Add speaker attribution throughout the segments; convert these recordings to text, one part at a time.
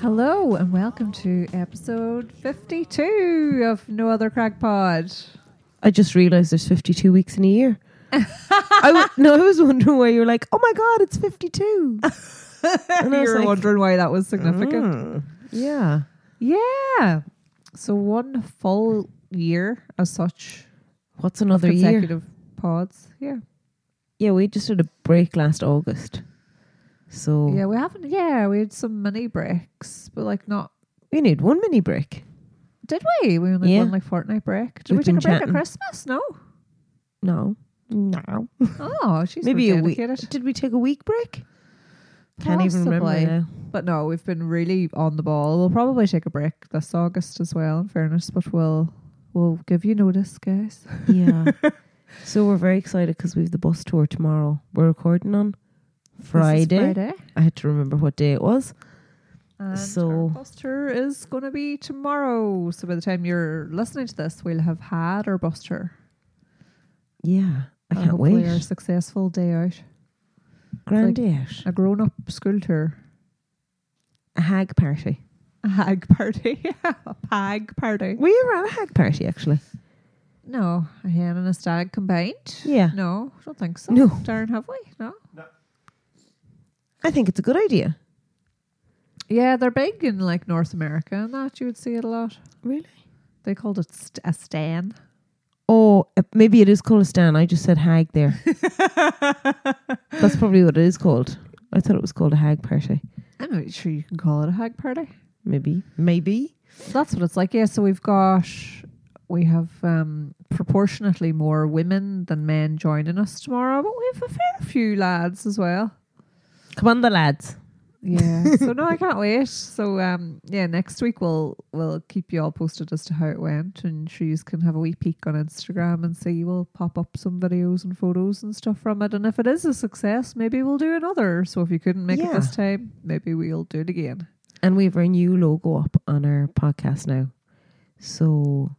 Speaker 1: Hello and welcome to episode 52 of No Other Crack Pod.
Speaker 2: I just realized there's 52 weeks in a year. I w- no, I was wondering why you were like, oh my God, it's 52. And I was
Speaker 1: You're
Speaker 2: like,
Speaker 1: wondering why that was significant.
Speaker 2: "Mm, yeah.
Speaker 1: Yeah. So one full year as such.
Speaker 2: What's another year?
Speaker 1: consecutive pods. Yeah.
Speaker 2: Yeah, we just did a break last August. So
Speaker 1: Yeah, we haven't yeah, we had some mini breaks, but like not
Speaker 2: we need one mini break.
Speaker 1: did we? We only
Speaker 2: Yeah.
Speaker 1: won like fortnight break. Did
Speaker 2: We've
Speaker 1: we take a
Speaker 2: been
Speaker 1: break at
Speaker 2: chatting.
Speaker 1: Christmas? No.
Speaker 2: No. No.
Speaker 1: Oh, she's
Speaker 2: Maybe a week.
Speaker 1: dedicated.
Speaker 2: Did we take a week break? Can't even remember
Speaker 1: Possibly.
Speaker 2: now.
Speaker 1: But no, we've been really on the ball. We'll probably take a break this August as well, in fairness, but we'll we'll give you notice, guys.
Speaker 2: Yeah. so we're very excited because we have the bus tour tomorrow. We're recording on
Speaker 1: This
Speaker 2: Friday.
Speaker 1: is Friday.
Speaker 2: I had to remember what day it was.
Speaker 1: And our
Speaker 2: So-
Speaker 1: bus tour is going to be tomorrow. So by the time you're listening to this, we'll have had our bus tour.
Speaker 2: Yeah. I
Speaker 1: And
Speaker 2: can't
Speaker 1: hopefully Our
Speaker 2: wait.
Speaker 1: successful day out.
Speaker 2: Grand day out.
Speaker 1: A grown up school tour.
Speaker 2: a hag party.
Speaker 1: A hag party. a pag party.
Speaker 2: We were at a hag party actually.
Speaker 1: No, a hen and a stag combined.
Speaker 2: Yeah.
Speaker 1: No, I don't think so.
Speaker 2: No.
Speaker 1: Darren, have we? No.
Speaker 2: I think it's a good idea.
Speaker 1: Yeah, they're big in like North America and that. You would see it a lot.
Speaker 2: Really?
Speaker 1: They called it st- a stan.
Speaker 2: Oh, uh, maybe it is called a stan. I just said hag there. That's probably what it is called. I thought it was called a hag party.
Speaker 1: I'm not sure you can call it a hag party.
Speaker 2: Maybe. Maybe.
Speaker 1: That's what it's like. Yeah, so we've got we have um proportionately more women than men joining us tomorrow, but we have a fair few lads as well.
Speaker 2: Come on, the lads.
Speaker 1: Yeah. so no, I can't wait. So um yeah, next week we'll we'll keep you all posted as to how it went and sure you can have a wee peek on Instagram and see we'll pop up some videos and photos and stuff from it. And if it is a success, maybe we'll do another. So if you couldn't make it
Speaker 2: Yeah.
Speaker 1: this time, maybe we'll do it again.
Speaker 2: And we have our new logo up on our podcast now. So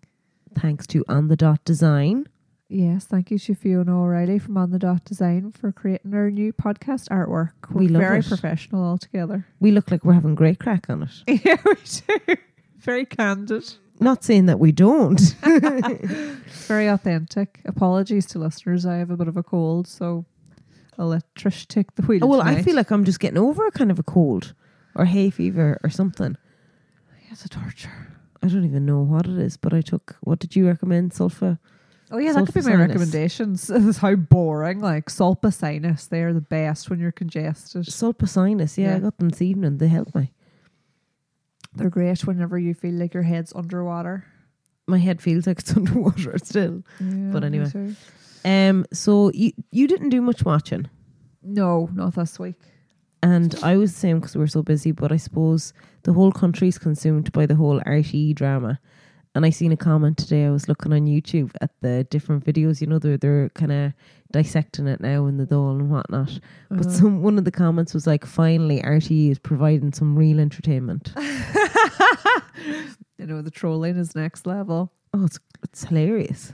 Speaker 2: thanks to On the Dot Design.
Speaker 1: Yes, thank you to Fiona O'Reilly from On the Dot Design for creating our new podcast artwork. We're
Speaker 2: We love
Speaker 1: very
Speaker 2: it.
Speaker 1: professional altogether.
Speaker 2: We look like we're having great crack on it.
Speaker 1: yeah, we do. Very candid.
Speaker 2: Not saying that we don't.
Speaker 1: Very authentic. Apologies to listeners. I have a bit of a cold, so I'll let Trish take the wheel.
Speaker 2: Oh, well, I
Speaker 1: tonight.
Speaker 2: feel like I'm just getting over a kind of a cold or hay fever or something.
Speaker 1: it's a torture.
Speaker 2: I don't even know what it is, but I took what did you recommend? Sulfa?
Speaker 1: Oh yeah, that could be my
Speaker 2: Sulfasinus.
Speaker 1: recommendations. This is how boring. Like sulpacinus, they're the best when you're congested.
Speaker 2: Sulpacinus, yeah,
Speaker 1: Yeah.
Speaker 2: I got them this evening. They helped me.
Speaker 1: They're great whenever you feel like your head's underwater.
Speaker 2: My head feels like it's underwater still.
Speaker 1: Yeah,
Speaker 2: But
Speaker 1: me
Speaker 2: anyway.
Speaker 1: too.
Speaker 2: Um so you you didn't do much watching.
Speaker 1: no, not this week.
Speaker 2: And I was the same because we were so busy, but I suppose the whole country's consumed by the whole RTE drama. And I seen a comment today. I was looking on YouTube at the different videos. You know, they're they're kind of dissecting it now in the doll and whatnot.
Speaker 1: Uh-huh.
Speaker 2: But some one of the comments was like, "Finally, RTE is providing some real entertainment."
Speaker 1: you know, the trolling is next level.
Speaker 2: Oh, it's it's hilarious.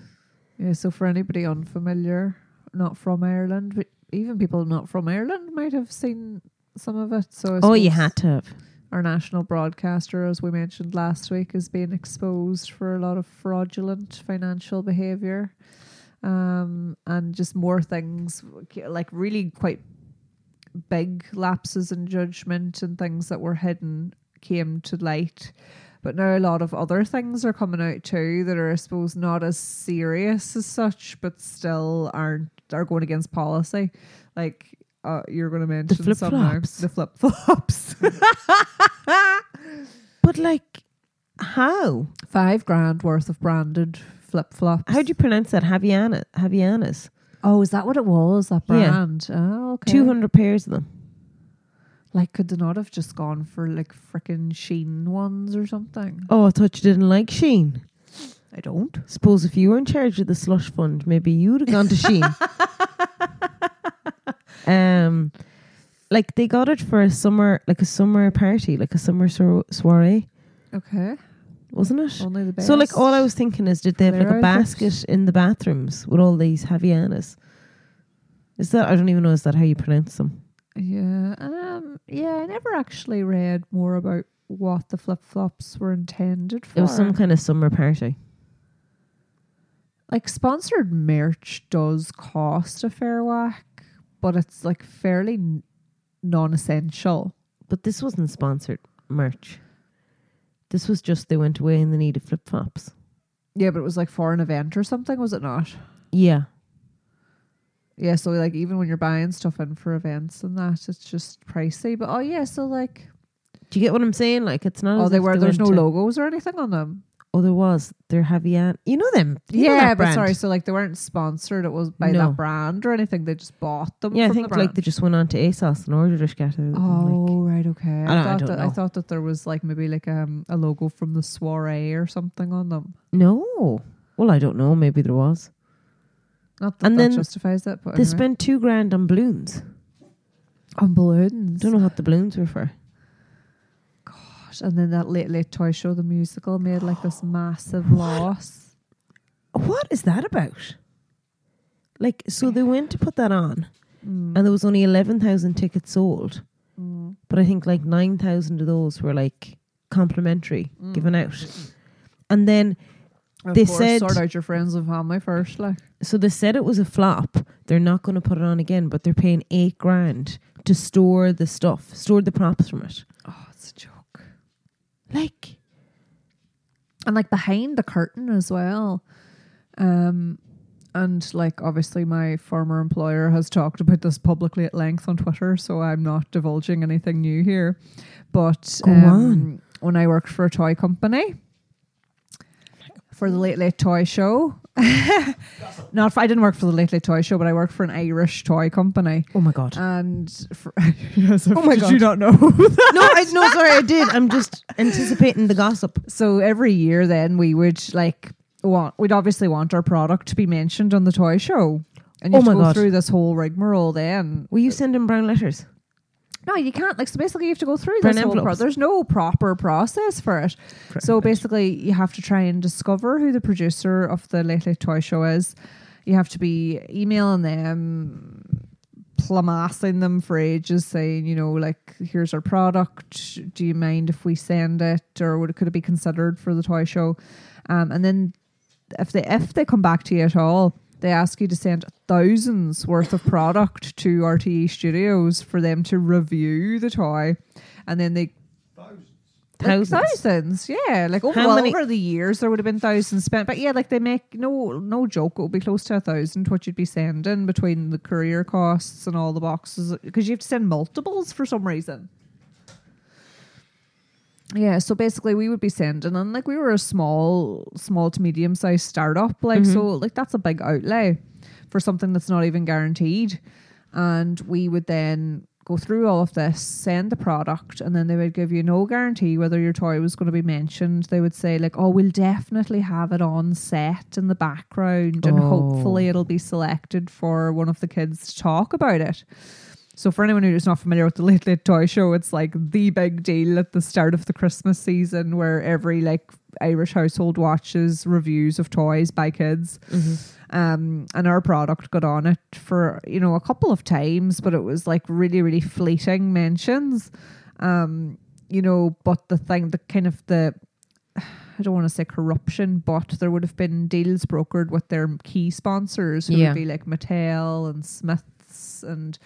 Speaker 1: Yeah, so for anybody unfamiliar, not from Ireland, but even people not from Ireland might have seen some of it. So I
Speaker 2: Oh, you
Speaker 1: suppose
Speaker 2: had to have.
Speaker 1: our national broadcaster, as we mentioned last week, is being exposed for a lot of fraudulent financial behaviour. Um, and just more things like really quite big lapses in judgment and things that were hidden came to light. But now a lot of other things are coming out too that are, I suppose, not as serious as such, but still aren't are going against policy. Like uh, you're going to mention some now.
Speaker 2: flip-flops.
Speaker 1: the flip flops.
Speaker 2: But like, how?
Speaker 1: Five grand worth of branded flip flops.
Speaker 2: How do you pronounce that? Haviana, Havianas.
Speaker 1: Oh, is that what it was? That
Speaker 2: Yeah.
Speaker 1: brand? Oh, okay.
Speaker 2: Two hundred pairs of them.
Speaker 1: Like, could they not have just gone for like freaking Sheen ones or something?
Speaker 2: Oh, I thought you didn't like Sheen.
Speaker 1: I don't.
Speaker 2: Suppose if you were in charge of the slush fund, maybe you'd have gone to Sheen. um, like they got it for a summer, like a summer party, like a summer so- soiree,
Speaker 1: Okay.
Speaker 2: wasn't it?
Speaker 1: Only Oh, the best.
Speaker 2: So, like, all I was thinking is, did they have like
Speaker 1: Their
Speaker 2: a
Speaker 1: outfits.
Speaker 2: basket in the bathrooms with all these Havianas? Is that I don't even know. Is that how you pronounce them?
Speaker 1: Yeah. Um. Yeah. I never actually read more about what the flip flops were intended for.
Speaker 2: It was some kind of summer party.
Speaker 1: like sponsored merch does cost a fair whack, but it's like fairly n- non-essential.
Speaker 2: But this wasn't sponsored merch. This was just they went away and they needed flip flops.
Speaker 1: Yeah, but it was like for an event or something, was it not?
Speaker 2: Yeah.
Speaker 1: Yeah, so like even when you're buying stuff in for events and that, it's just pricey. But oh yeah, so like
Speaker 2: Do you get what I'm saying? Like it's not.
Speaker 1: oh
Speaker 2: as
Speaker 1: they
Speaker 2: if
Speaker 1: were there's no
Speaker 2: went to-
Speaker 1: logos or anything on them.
Speaker 2: Oh, there was. They're heavy and you know them. You know
Speaker 1: yeah,
Speaker 2: that
Speaker 1: but
Speaker 2: brand.
Speaker 1: sorry, so like they weren't sponsored. It was by
Speaker 2: No.
Speaker 1: that brand or anything. They just bought them.
Speaker 2: Yeah, I
Speaker 1: from
Speaker 2: think
Speaker 1: the
Speaker 2: like they
Speaker 1: brand.
Speaker 2: just went on to ASOS and ordered a scatter.
Speaker 1: Oh right, okay. I,
Speaker 2: don't- I
Speaker 1: thought
Speaker 2: don't
Speaker 1: that
Speaker 2: know.
Speaker 1: I thought that there was like maybe like um a logo from the soiree or something on them.
Speaker 2: no. Well, I don't know. Maybe there was.
Speaker 1: Not that
Speaker 2: And
Speaker 1: that
Speaker 2: then
Speaker 1: justifies it, but
Speaker 2: They
Speaker 1: anyway.
Speaker 2: spent two grand on balloons.
Speaker 1: on balloons.
Speaker 2: Don't know what the balloons were for.
Speaker 1: Gosh, And then that late late toy show, the musical, made like this massive loss.
Speaker 2: What is that about? Like, so they went to put that on,
Speaker 1: Mm.
Speaker 2: and there was only eleven thousand tickets sold,
Speaker 1: Mm.
Speaker 2: but I think like nine thousand of those were like complimentary,
Speaker 1: Mm.
Speaker 2: given out. And then,
Speaker 1: Of
Speaker 2: They
Speaker 1: course,
Speaker 2: said-
Speaker 1: sort out your friends and family first, like
Speaker 2: so they said it was a flop. They're not going to put it on again, but they're paying eight grand to store the stuff, store the props from it.
Speaker 1: oh, it's a joke.
Speaker 2: Like,
Speaker 1: and like behind the curtain as well. Um, and like obviously, my former employer has talked about this publicly at length on Twitter, so I'm not divulging anything new here. But
Speaker 2: Go
Speaker 1: um, when I worked for a toy company for the Late Late Toy Show, not for, I didn't work for the Late Late Toy Show, but I worked for an Irish toy company.
Speaker 2: oh my god.
Speaker 1: And for, yes,
Speaker 2: Oh my
Speaker 1: did
Speaker 2: God.
Speaker 1: you not know
Speaker 2: no, I no, sorry, I did. I'm just anticipating the gossip.
Speaker 1: So every year, then we would like want we'd obviously want our product to be mentioned on the toy show, and you
Speaker 2: Oh
Speaker 1: have
Speaker 2: my
Speaker 1: to go
Speaker 2: God.
Speaker 1: through this whole rigmarole. Then
Speaker 2: Were you sending brown letters?
Speaker 1: no, you can't. Like so, basically, you have to go through
Speaker 2: Burn
Speaker 1: this whole. Pro-
Speaker 2: envelopes.
Speaker 1: there's no proper process for it. So basically, you have to try and discover who the producer of the Late Late Toy Show is. You have to be emailing them, plamassing them for ages, saying, you know, like, here's our product. Do you mind if we send it, or would it could it be considered for the toy show? Um, and then if they if they come back to you at all, they ask you to send thousands worth of product to RTE Studios for them to review the toy, and then they
Speaker 2: Thousands.
Speaker 1: like thousands, yeah. Like over,
Speaker 2: How
Speaker 1: well,
Speaker 2: many-
Speaker 1: over the years, there would have been thousands spent. But yeah, like they make no no joke. It would be close to a thousand what you'd be sending between the courier costs and all the boxes because you have to send multiples for some reason. Yeah, so basically we would be sending and like we were a small small to medium sized startup, like so like that's a big outlay for something that's not even guaranteed. And we would then go through all of this, send the product, and then they would give you no guarantee whether your toy was going to be mentioned. They would say, like, oh, we'll definitely have it on set in the background, and
Speaker 2: Oh.
Speaker 1: hopefully it'll be selected for one of the kids to talk about it. So, for anyone who's not familiar with the Late Late Toy Show, it's like the big deal at the start of the Christmas season where every like Irish household watches reviews of toys by kids. Um, and our product got on it for, you know, a couple of times, but it was like really, really fleeting mentions. Um, you know, but the thing, the kind of the, I don't want to say corruption, but there would have been deals brokered with their key sponsors who
Speaker 2: Yeah.
Speaker 1: would be like Mattel and Smiths and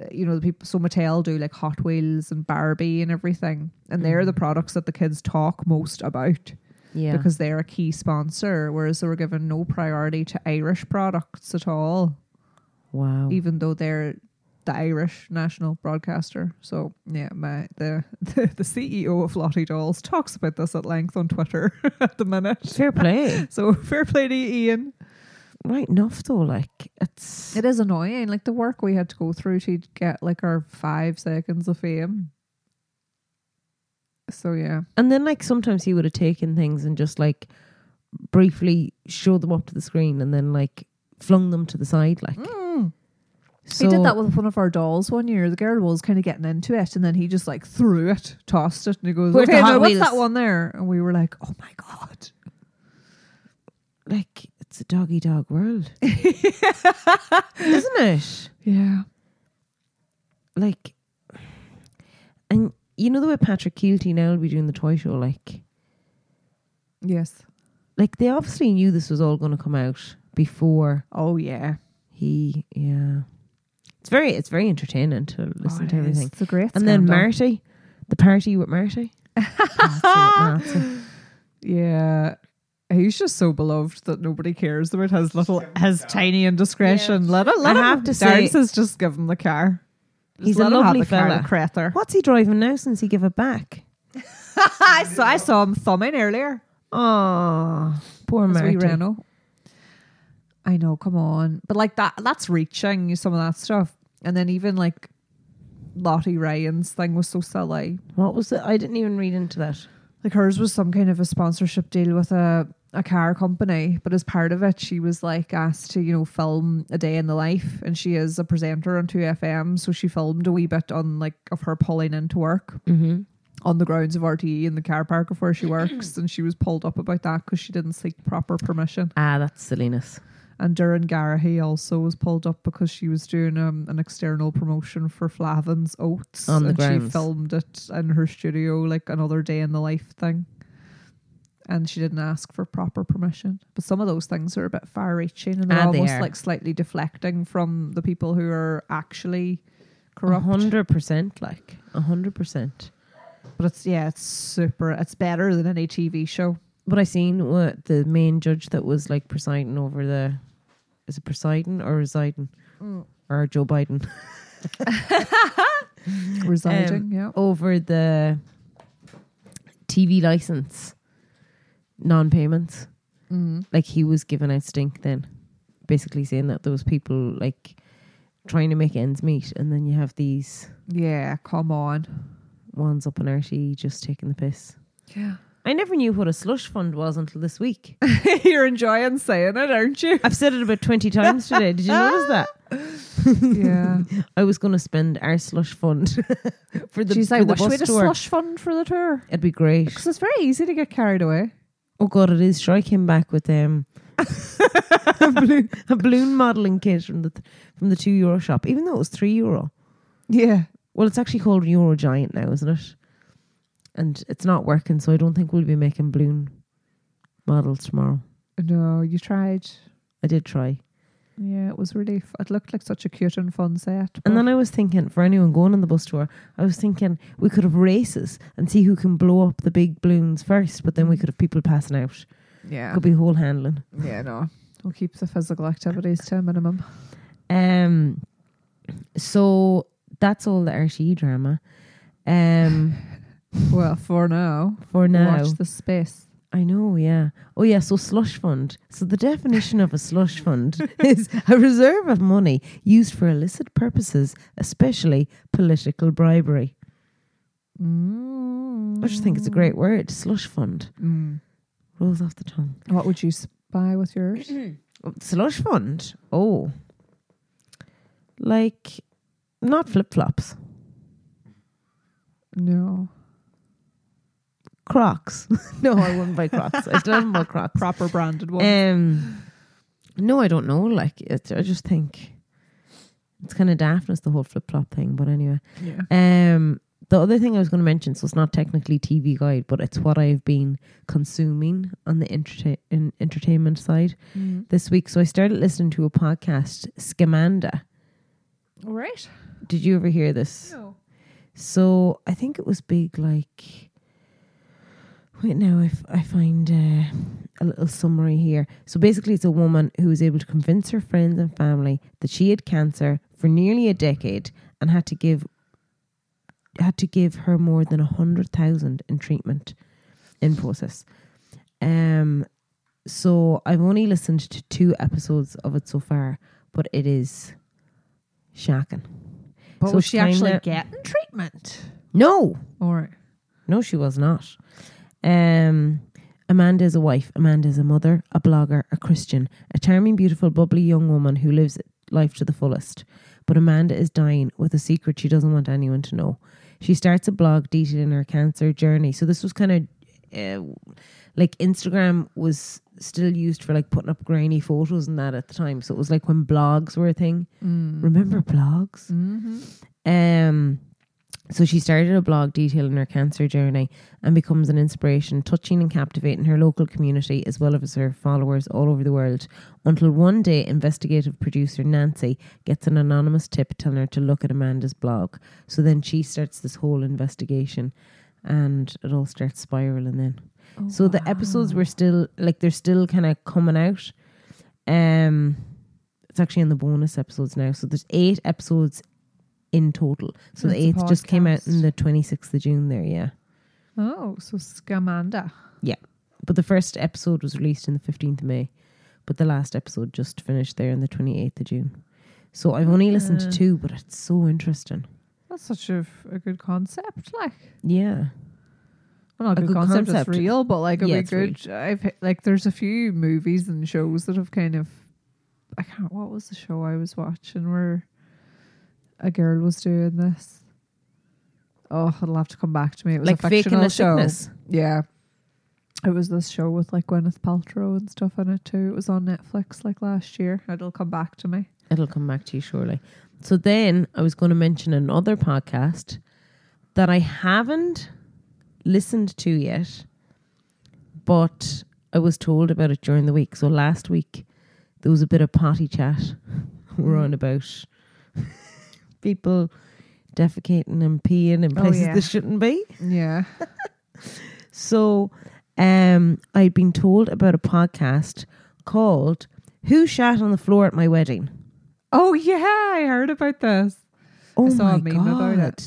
Speaker 1: uh, you know the people. So Mattel do like Hot Wheels and Barbie and everything, and they're the products that the kids talk most about
Speaker 2: Yeah.
Speaker 1: because they're a key sponsor. Whereas they were given no priority to Irish products at all,
Speaker 2: wow.
Speaker 1: even though they're the Irish national broadcaster. So yeah, my the the, the CEO of Lottie Dolls talks about this at length on Twitter at the minute.
Speaker 2: Fair play.
Speaker 1: So fair play to you, Ian.
Speaker 2: right enough though. Like it's
Speaker 1: It is annoying, like the work we had to go through to get like our five seconds of fame. So yeah,
Speaker 2: and then like sometimes he would have taken things and just like briefly showed them up to the screen and then like flung them to the side like so
Speaker 1: he did that with one of our dolls one year. The girl was kind of getting into it, and then he just like threw it, tossed it, and he goes,
Speaker 2: Where's the
Speaker 1: "Okay,
Speaker 2: Hot
Speaker 1: now what's
Speaker 2: Wheels?"
Speaker 1: that one there?" And we were like, "Oh my god!"
Speaker 2: like it's a doggy dog world isn't it
Speaker 1: Yeah,
Speaker 2: like and you know the way Patrick Keelty now will be doing the toy show, like
Speaker 1: Yes.
Speaker 2: like they obviously knew this was all going to come out before
Speaker 1: Oh yeah.
Speaker 2: he yeah it's very it's very entertaining to listen
Speaker 1: Oh,
Speaker 2: to
Speaker 1: it is.
Speaker 2: everything
Speaker 1: It's a great.
Speaker 2: and then
Speaker 1: scandal.
Speaker 2: marty the party with marty Oh, Nazi, Nazi.
Speaker 1: Yeah. He's just so beloved that nobody cares about his little, his tiny indiscretion. Let it, let
Speaker 2: I
Speaker 1: him.
Speaker 2: have to
Speaker 1: Darren
Speaker 2: say-
Speaker 1: says just give him the car. Just
Speaker 2: He's a
Speaker 1: let him have
Speaker 2: lovely
Speaker 1: the car,
Speaker 2: fella.
Speaker 1: the Crater.
Speaker 2: what's he driving now since he gave it back
Speaker 1: I saw, I saw him thumbing earlier.
Speaker 2: oh poor
Speaker 1: His wee
Speaker 2: marty
Speaker 1: Renault. I know, come on. But like that, that's reaching some of that stuff. And then even like Lottie Ryan's thing was so silly.
Speaker 2: what was it i didn't even read into that
Speaker 1: like hers was some kind of a sponsorship deal with a, a car company but as part of it she was like asked to you know film a day in the life and she is a presenter on 2fm so she filmed a wee bit on like of her pulling into work
Speaker 2: mm-hmm.
Speaker 1: on the grounds of rte in the car park of where she works and she was pulled up about that because she didn't seek proper permission
Speaker 2: ah that's silliness
Speaker 1: and Duran Garahy also was pulled up because she was doing um, an external promotion for Flavin's Oats
Speaker 2: On the
Speaker 1: and she
Speaker 2: grounds.
Speaker 1: filmed it in her studio like another day in the life thing. And she didn't ask for proper permission. But some of those things are a bit far reaching and they're
Speaker 2: Ah, they
Speaker 1: almost
Speaker 2: are.
Speaker 1: like slightly deflecting from the people who are actually
Speaker 2: A
Speaker 1: corrupt.
Speaker 2: 100% like a 100%
Speaker 1: But it's yeah, it's super it's better than any TV show.
Speaker 2: But I seen what the main judge that was like presiding over the is it presiding or residing or Joe Biden
Speaker 1: Residing, yeah.
Speaker 2: over the TV license non-payments.
Speaker 1: Mm.
Speaker 2: Like he was giving out stink then, basically saying that those people like trying to make ends meet, and then you have these
Speaker 1: Yeah, come on.
Speaker 2: ones up on RT just taking the piss.
Speaker 1: Yeah.
Speaker 2: I never knew what a slush fund was until this week.
Speaker 1: You're enjoying saying it, aren't you?
Speaker 2: I've said it about twenty times today. Did you notice that?
Speaker 1: Yeah.
Speaker 2: I was going to spend our slush fund for the,
Speaker 1: She's
Speaker 2: for
Speaker 1: like,
Speaker 2: the
Speaker 1: wish we
Speaker 2: bus
Speaker 1: had a
Speaker 2: tour.
Speaker 1: slush fund for the tour.
Speaker 2: It'd be great.
Speaker 1: Because it's very easy to get carried away.
Speaker 2: Oh god, it is. Sure, I came back with um, a, balloon, a balloon modelling kit from the th- from the two euro shop, even though it was three euro.
Speaker 1: Yeah.
Speaker 2: Well, it's actually called Euro Giant now, isn't it? And it's not working, so I don't think we'll be making balloon models tomorrow.
Speaker 1: No, you tried.
Speaker 2: I did try,
Speaker 1: Yeah, it was really. F- it looked like such a cute and fun set.
Speaker 2: and then I was thinking for anyone going on the bus tour, I was thinking we could have races and see who can blow up the big balloons first, but then we could have people passing out.
Speaker 1: yeah,
Speaker 2: Could be whole handling.
Speaker 1: yeah, no, we'll keep the physical activities to a minimum.
Speaker 2: Um, so that's all the RTE drama. Um,
Speaker 1: Well, for now,
Speaker 2: for now,
Speaker 1: watch the space.
Speaker 2: I know. Yeah. Oh, yeah. So slush fund. So the definition of a slush fund is a reserve of money used for illicit purposes, especially political bribery.
Speaker 1: Mm.
Speaker 2: I just think it's a great word. Slush fund
Speaker 1: Mm.
Speaker 2: rolls off the tongue.
Speaker 1: What would you spy with yours?
Speaker 2: Slush fund. Oh, like not flip flops,
Speaker 1: no,
Speaker 2: Crocs. no, I wouldn't buy Crocs. I still haven't bought Crocs.
Speaker 1: proper branded one.
Speaker 2: Um, no, I don't know. Like, it, I just think it's kind of daftness the whole flip flop thing. But anyway,
Speaker 1: yeah.
Speaker 2: um, the other thing I was going to mention, so it's not technically TV guide, but it's what I've been consuming on the entertain in entertainment side
Speaker 1: Mm.
Speaker 2: this week. So I started listening to a podcast, Scamanda.
Speaker 1: All right.
Speaker 2: Did you ever hear this?
Speaker 1: No.
Speaker 2: So I think it was big like wait now if I find uh, a little summary here. So basically it's a woman who was able to convince her friends and family that she had cancer for nearly a decade and had to give had to give her more than a hundred thousand in treatment in process. Um so I've only listened to two episodes of it so far, but it is shocking.
Speaker 1: But
Speaker 2: So
Speaker 1: was she
Speaker 2: kinda-
Speaker 1: actually getting treatment?
Speaker 2: No,
Speaker 1: All right.
Speaker 2: no, she was not. Um, Amanda is a wife. Amanda is a mother, a blogger, a Christian, a charming, beautiful, bubbly young woman who lives life to the fullest. But Amanda is dying with a secret she doesn't want anyone to know. She starts a blog detailing her cancer journey. So this was kind of uh, like Instagram was still used for like putting up grainy photos and that at the time. So it was like when blogs were a thing. Remember blogs?
Speaker 1: Mm-hmm.
Speaker 2: Um, So she started a blog detailing her cancer journey and becomes an inspiration, touching and captivating her local community as well as her followers all over the world. Until one day, investigative producer Nancy gets an anonymous tip telling her to look at Amanda's blog. So then she starts this whole investigation and it all starts spiraling then. so the
Speaker 1: Oh.
Speaker 2: episodes were still, like, they're still kind of coming out. Um, It's actually in the bonus episodes now. So there's eight episodes in total. So the
Speaker 1: It's a
Speaker 2: eighth just came out
Speaker 1: podcast.
Speaker 2: on the 26th of June there, yeah.
Speaker 1: Oh, so Scamanda.
Speaker 2: But the first episode was released on the 15th of May, but the last episode just finished there on the 28th of June. So I've only listened
Speaker 1: Uh.
Speaker 2: to two, but it's so interesting.
Speaker 1: That's such a, f- a good concept, like.
Speaker 2: Yeah.
Speaker 1: Well, not
Speaker 2: A
Speaker 1: good,
Speaker 2: good
Speaker 1: concept,
Speaker 2: concept.
Speaker 1: It's real, but like it'll
Speaker 2: Yeah,
Speaker 1: be
Speaker 2: it's real.
Speaker 1: good. I've h- like there's a few movies and shows that have kind of I can't. What was the show I was watching where a girl was doing this? Oh, it'll have to come back to me. It was
Speaker 2: like
Speaker 1: a
Speaker 2: faking
Speaker 1: fictional
Speaker 2: a
Speaker 1: show.
Speaker 2: sickness.
Speaker 1: Yeah, it was this show with like Gwyneth Paltrow and stuff in it too. It was on Netflix like last year. It'll come back to me.
Speaker 2: It'll come back to you shortly. So then I was going to mention another podcast that I haven't listened to yet, but I was told about it during the week. So last week there was a bit of potty chat.
Speaker 1: Hmm.
Speaker 2: We're on about people defecating and peeing in
Speaker 1: Oh,
Speaker 2: places
Speaker 1: yeah.
Speaker 2: they shouldn't be.
Speaker 1: Yeah.
Speaker 2: So um, I'd been told about a podcast called Who Shat on the Floor at My Wedding?
Speaker 1: oh yeah, I heard about this.
Speaker 2: Oh
Speaker 1: saw a
Speaker 2: my
Speaker 1: meme about it.
Speaker 2: God.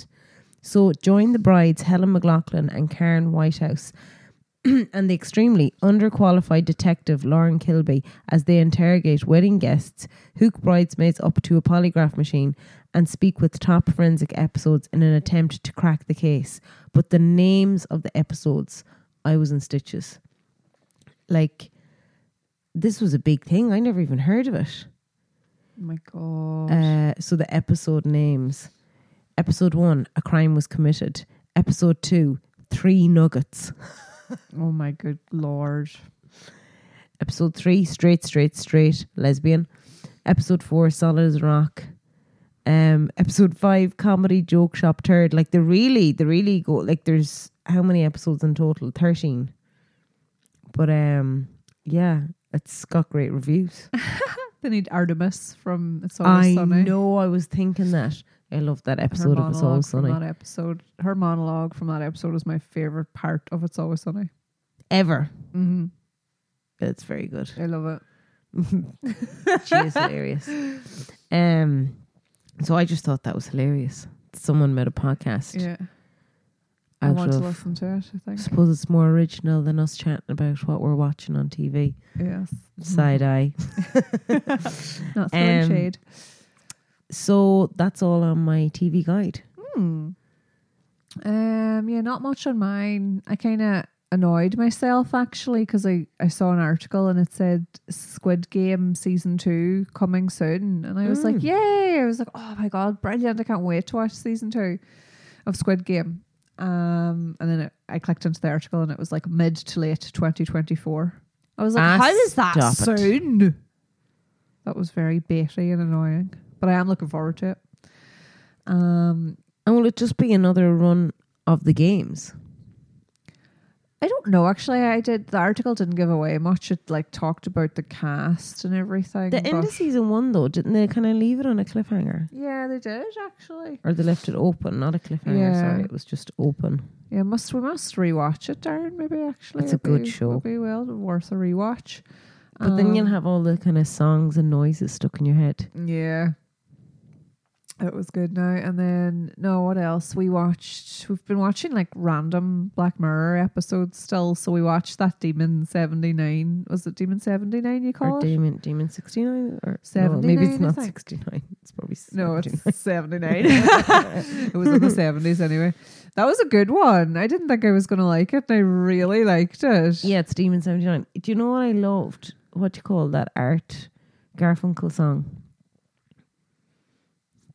Speaker 2: So join the brides Helen McLaughlin and Karen Whitehouse and the extremely underqualified detective Lauren Kilby as they interrogate wedding guests, hook bridesmaids up to a polygraph machine, and speak with top forensic episodes in an attempt to crack the case. But the names of the episodes, I was in stitches. Like this was a big thing. I never even heard of it.
Speaker 1: Oh my god.
Speaker 2: Uh, so the episode names. Episode one, a crime was committed. Episode two, three nuggets.
Speaker 1: oh my good lord.
Speaker 2: Episode three, straight, straight, straight, lesbian. Episode four, solid as a rock. Um, episode five, comedy joke shop turd. Like they really, they really go. Like there's how many episodes in total? Thirteen. But um, yeah, it's got great reviews.
Speaker 1: They need Artemis from It's Always
Speaker 2: I
Speaker 1: Sunny.
Speaker 2: know. I was thinking that. I love that episode of It's All
Speaker 1: monologue
Speaker 2: Sunny.
Speaker 1: From that episode, her monologue from that episode is my favorite part of It's Always Sunny.
Speaker 2: Ever.
Speaker 1: Mm-hmm.
Speaker 2: It's very good.
Speaker 1: I love it.
Speaker 2: she is hilarious. Um, so I just thought that was hilarious. Someone made a podcast
Speaker 1: Yeah, I
Speaker 2: out
Speaker 1: want to
Speaker 2: of.
Speaker 1: listen to it. I
Speaker 2: I
Speaker 1: think
Speaker 2: suppose it's more original than us chatting about what we're watching on TV.
Speaker 1: yes.
Speaker 2: Side eye.
Speaker 1: Not throwing
Speaker 2: Um,
Speaker 1: shade.
Speaker 2: So that's all on my TV guide.
Speaker 1: Hmm. Um. Yeah. Not much on mine. I kind of annoyed myself actually because I I saw an article and it said Squid Game season two coming soon, and I was like,
Speaker 2: Mm.
Speaker 1: yay! I was like, oh my god, brilliant! I can't wait to watch season two of Squid Game. Um. And then it, I clicked into the article and it was like mid to late 2024. I was like,
Speaker 2: Ah,
Speaker 1: how is that
Speaker 2: stop it.
Speaker 1: soon? That was very baity and annoying, but I am looking forward to it. Um.
Speaker 2: And will it just be another run of the games?
Speaker 1: I don't know. Actually, I did. The article didn't give away much. It like talked about the cast and everything.
Speaker 2: The end
Speaker 1: but-
Speaker 2: of season one, though, didn't they kind of leave it on a cliffhanger?
Speaker 1: yeah, they did actually.
Speaker 2: Or they left it open, not a cliffhanger.
Speaker 1: Yeah.
Speaker 2: Sorry, it was just open.
Speaker 1: Yeah, must we must rewatch it, Darren? Maybe actually,
Speaker 2: It's a
Speaker 1: it'd
Speaker 2: good
Speaker 1: be-
Speaker 2: show.
Speaker 1: it'd Be well worth a rewatch.
Speaker 2: But then you'll
Speaker 1: Um,
Speaker 2: have all the kind of songs and noises stuck in your head.
Speaker 1: Yeah. It was good now. And then, no, what else? We watched, we've been watching like random Black Mirror episodes still. So we watched that Demon 79. Was it Demon 79 you
Speaker 2: Or
Speaker 1: call it?
Speaker 2: Damon, Damon 69 or no,
Speaker 1: 79,
Speaker 2: maybe it's
Speaker 1: I
Speaker 2: not
Speaker 1: think.
Speaker 2: 69. It's probably
Speaker 1: No,
Speaker 2: 79.
Speaker 1: it's 79. it was in the 70s anyway. That was a good one. I didn't think I was going to like it, and I really liked it.
Speaker 2: yeah, it's Demon 79. Do you know what I loved? What do you call that art Garfunkel song?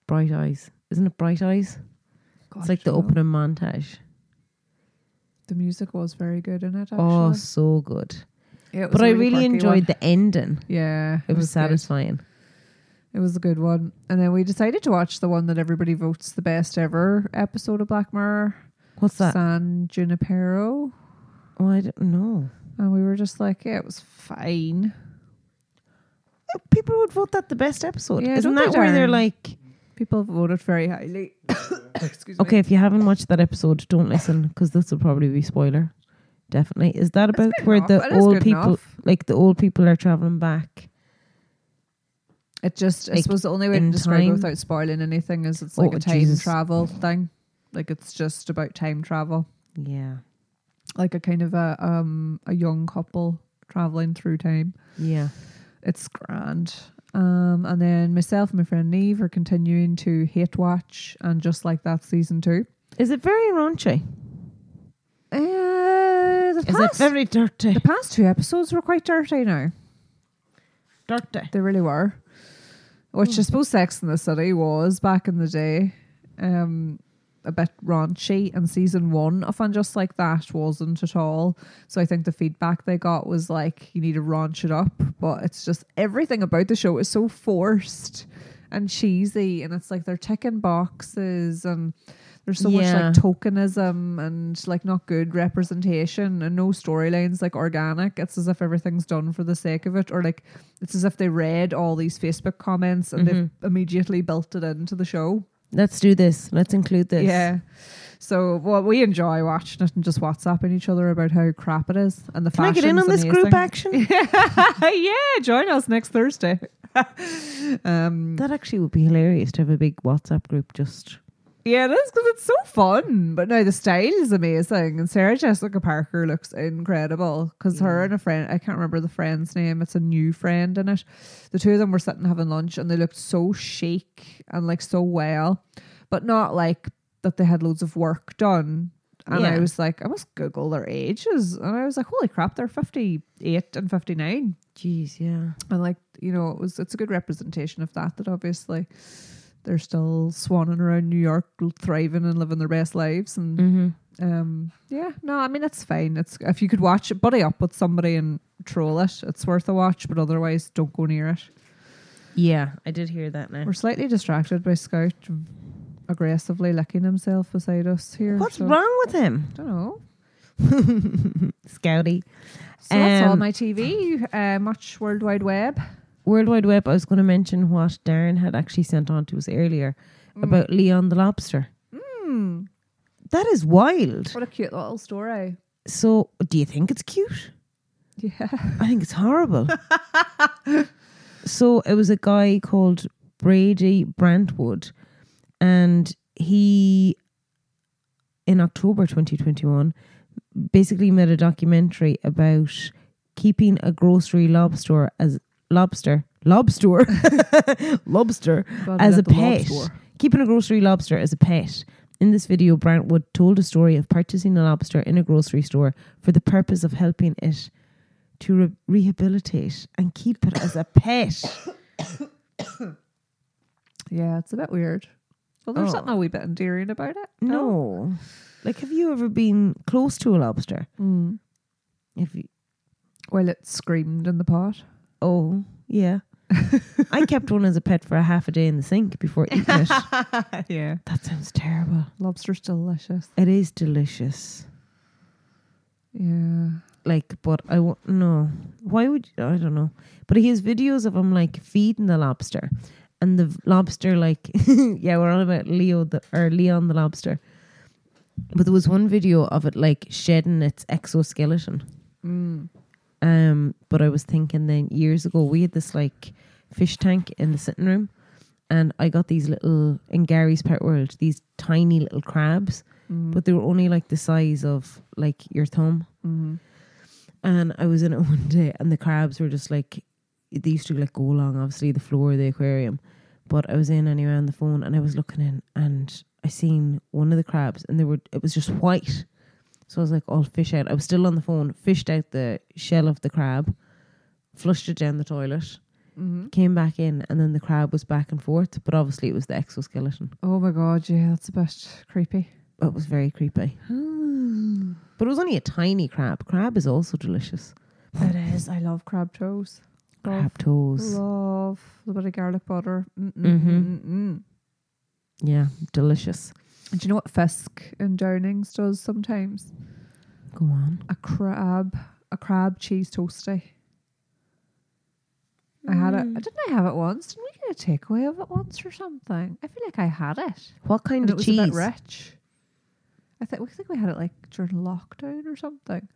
Speaker 2: Bright Eyes. Isn't it Bright Eyes?
Speaker 1: God,
Speaker 2: It's like the
Speaker 1: no.
Speaker 2: opening montage.
Speaker 1: The music was very good in it, actually.
Speaker 2: Oh, so good.
Speaker 1: Yeah, it was
Speaker 2: But
Speaker 1: a
Speaker 2: I
Speaker 1: quirky
Speaker 2: really
Speaker 1: one.
Speaker 2: enjoyed the ending.
Speaker 1: Yeah.
Speaker 2: It was
Speaker 1: good.
Speaker 2: satisfying.
Speaker 1: It was a good one. And then we decided to watch the one that everybody votes the best ever episode of Black Mirror,
Speaker 2: What's that?
Speaker 1: San Junipero.
Speaker 2: Oh, I don't know.
Speaker 1: And we were just like, yeah, it was fine.
Speaker 2: People would vote that the best episode.
Speaker 1: Yeah,
Speaker 2: Isn't
Speaker 1: don't
Speaker 2: that
Speaker 1: they,
Speaker 2: where they're
Speaker 1: Darren?
Speaker 2: like,
Speaker 1: People voted very highly. Excuse me.
Speaker 2: okay, if you haven't watched that episode, don't listen because this will probably be spoiler. Definitely. Is that about
Speaker 1: good
Speaker 2: where
Speaker 1: enough. It
Speaker 2: the
Speaker 1: is
Speaker 2: old
Speaker 1: good
Speaker 2: people,
Speaker 1: enough.
Speaker 2: like the old people, are traveling back?
Speaker 1: It just, I
Speaker 2: Like,
Speaker 1: suppose, the only way to
Speaker 2: in
Speaker 1: describe it
Speaker 2: time?
Speaker 1: without spoiling anything is it's
Speaker 2: Oh,
Speaker 1: like a time
Speaker 2: Jesus.
Speaker 1: travel thing. Like it's just about time travel,
Speaker 2: Yeah.
Speaker 1: like a kind of a um a young couple traveling through time.
Speaker 2: Yeah.
Speaker 1: It's grand. Um, and then myself and my friend Neve are continuing to hate watch and just like that season two.
Speaker 2: Is it very raunchy?
Speaker 1: Uh, the,
Speaker 2: Is
Speaker 1: past,
Speaker 2: it very dirty?
Speaker 1: the past two episodes were quite dirty now.
Speaker 2: Dirty.
Speaker 1: They really were. Which
Speaker 2: Hmm.
Speaker 1: I suppose Sex in the City was back in the day. Um a bit raunchy and season one of and just like that wasn't at all. So I think the feedback they got was like, you need to raunch it up. But it's just everything about the show is so forced and cheesy and it's like they're ticking boxes and there's so
Speaker 2: Yeah.
Speaker 1: much like tokenism and like not good representation and no storylines like organic. It's as if everything's done for the sake of it or like it's as if they read all these Facebook comments and they've immediately built it into the show.
Speaker 2: Let's do this. Let's include this.
Speaker 1: Yeah. So well, we enjoy watching it and just WhatsApping each other about how crap it is and the
Speaker 2: Can I get in on this
Speaker 1: fashion's
Speaker 2: group
Speaker 1: amazing.
Speaker 2: action?
Speaker 1: yeah, join us next Thursday. um,
Speaker 2: That actually would be hilarious to have a big WhatsApp group just.
Speaker 1: yeah, it is because it's so fun. But no, the style is amazing, and Sarah Jessica Parker looks incredible because her and a friend—I can't remember the friend's name—it's a new friend in it. The two of them were sitting having lunch, and they looked so chic and like so well, but not like that they had loads of work done. And I
Speaker 2: Yeah.
Speaker 1: was like, I must Google their ages, and I was like, holy crap, they're fifty-eight and fifty-nine.
Speaker 2: Jeez, yeah.
Speaker 1: and like you know it was it's a good representation of that that obviously they're still swanning around new york l- thriving and living their best lives and
Speaker 2: Mm-hmm.
Speaker 1: um yeah no i mean it's fine it's if you could watch it buddy up with somebody and troll it it's worth a watch but otherwise don't go near it
Speaker 2: Yeah, I did hear that now.
Speaker 1: we're slightly distracted by scout aggressively licking himself beside us here
Speaker 2: What's
Speaker 1: so-
Speaker 2: wrong with him?
Speaker 1: I don't know.
Speaker 2: Scouty.
Speaker 1: So that's all
Speaker 2: Um,
Speaker 1: my TV. Uh, much World Wide Web.
Speaker 2: World Wide Web, I was going to mention what Darren had actually sent on to us earlier about Leon the Lobster.
Speaker 1: Hmm.
Speaker 2: That is wild.
Speaker 1: What a cute little story.
Speaker 2: So, do you think it's cute?
Speaker 1: Yeah.
Speaker 2: I think it's horrible. so it was a guy called Brady Brantwood, and he, in October 2021, basically made a documentary about keeping a grocery lobster as lobster lobster lobster
Speaker 1: God, I
Speaker 2: as a
Speaker 1: love the lob
Speaker 2: pet.
Speaker 1: store.
Speaker 2: Keeping a grocery lobster as a pet. In this video, Brantwood told a story of purchasing a lobster in a grocery store for the purpose of helping it to re- rehabilitate and keep it as a pet.
Speaker 1: Yeah, it's a bit weird. Well, there's
Speaker 2: Oh.
Speaker 1: something a wee bit endearing about it.
Speaker 2: No. Like, have you ever been close to a lobster?
Speaker 1: Mm.
Speaker 2: If you,
Speaker 1: Well, it screamed in the pot.
Speaker 2: oh, yeah. I kept one as a pet for a half a day in the sink before eating it.
Speaker 1: yeah.
Speaker 2: That sounds terrible.
Speaker 1: Lobster's delicious.
Speaker 2: It is delicious.
Speaker 1: Yeah.
Speaker 2: like but i won't no why would you, i don't know but he has videos of him like feeding the lobster and the v- lobster like yeah we're all about leo the or leon the lobster but there was one video of it like shedding its exoskeleton
Speaker 1: Mm.
Speaker 2: um but i was thinking then years ago we had this like fish tank in the sitting room and i got these little in gary's pet world these tiny little crabs
Speaker 1: Mm.
Speaker 2: but they were only like the size of like your thumb
Speaker 1: mm.
Speaker 2: and I was in it one day, and the crabs were just like they used to like go along, obviously the floor of the aquarium. But I was in anyway on the phone, and I was looking in, and I seen one of the crabs, and they were it was just white. So I was like, "I'll fish out." I was still on the phone, fished out the shell of the crab, flushed it down the toilet,
Speaker 1: hmm
Speaker 2: came back in, and then the crab was back and forth. But obviously, it was the exoskeleton.
Speaker 1: Oh my god, yeah, that's a bit creepy.
Speaker 2: It was very creepy, but it was only a tiny crab. Crab is also delicious.
Speaker 1: it is. I love crab toes. Love,
Speaker 2: crab toes.
Speaker 1: Oh. love a bit of garlic butter. Mm-mm,
Speaker 2: Mhm.
Speaker 1: mm-mm.
Speaker 2: Yeah, delicious.
Speaker 1: And do you know what Fisk in Downings does sometimes?
Speaker 2: Go on.
Speaker 1: A crab, a crab cheese toastie. I had
Speaker 2: Mm.
Speaker 1: it. Didn't I have it once? Didn't we get a takeaway of it once or something? I feel like I had it.
Speaker 2: What kind
Speaker 1: And it
Speaker 2: of
Speaker 1: was
Speaker 2: cheese?
Speaker 1: a bit rich. I think we think we had it like during lockdown or something.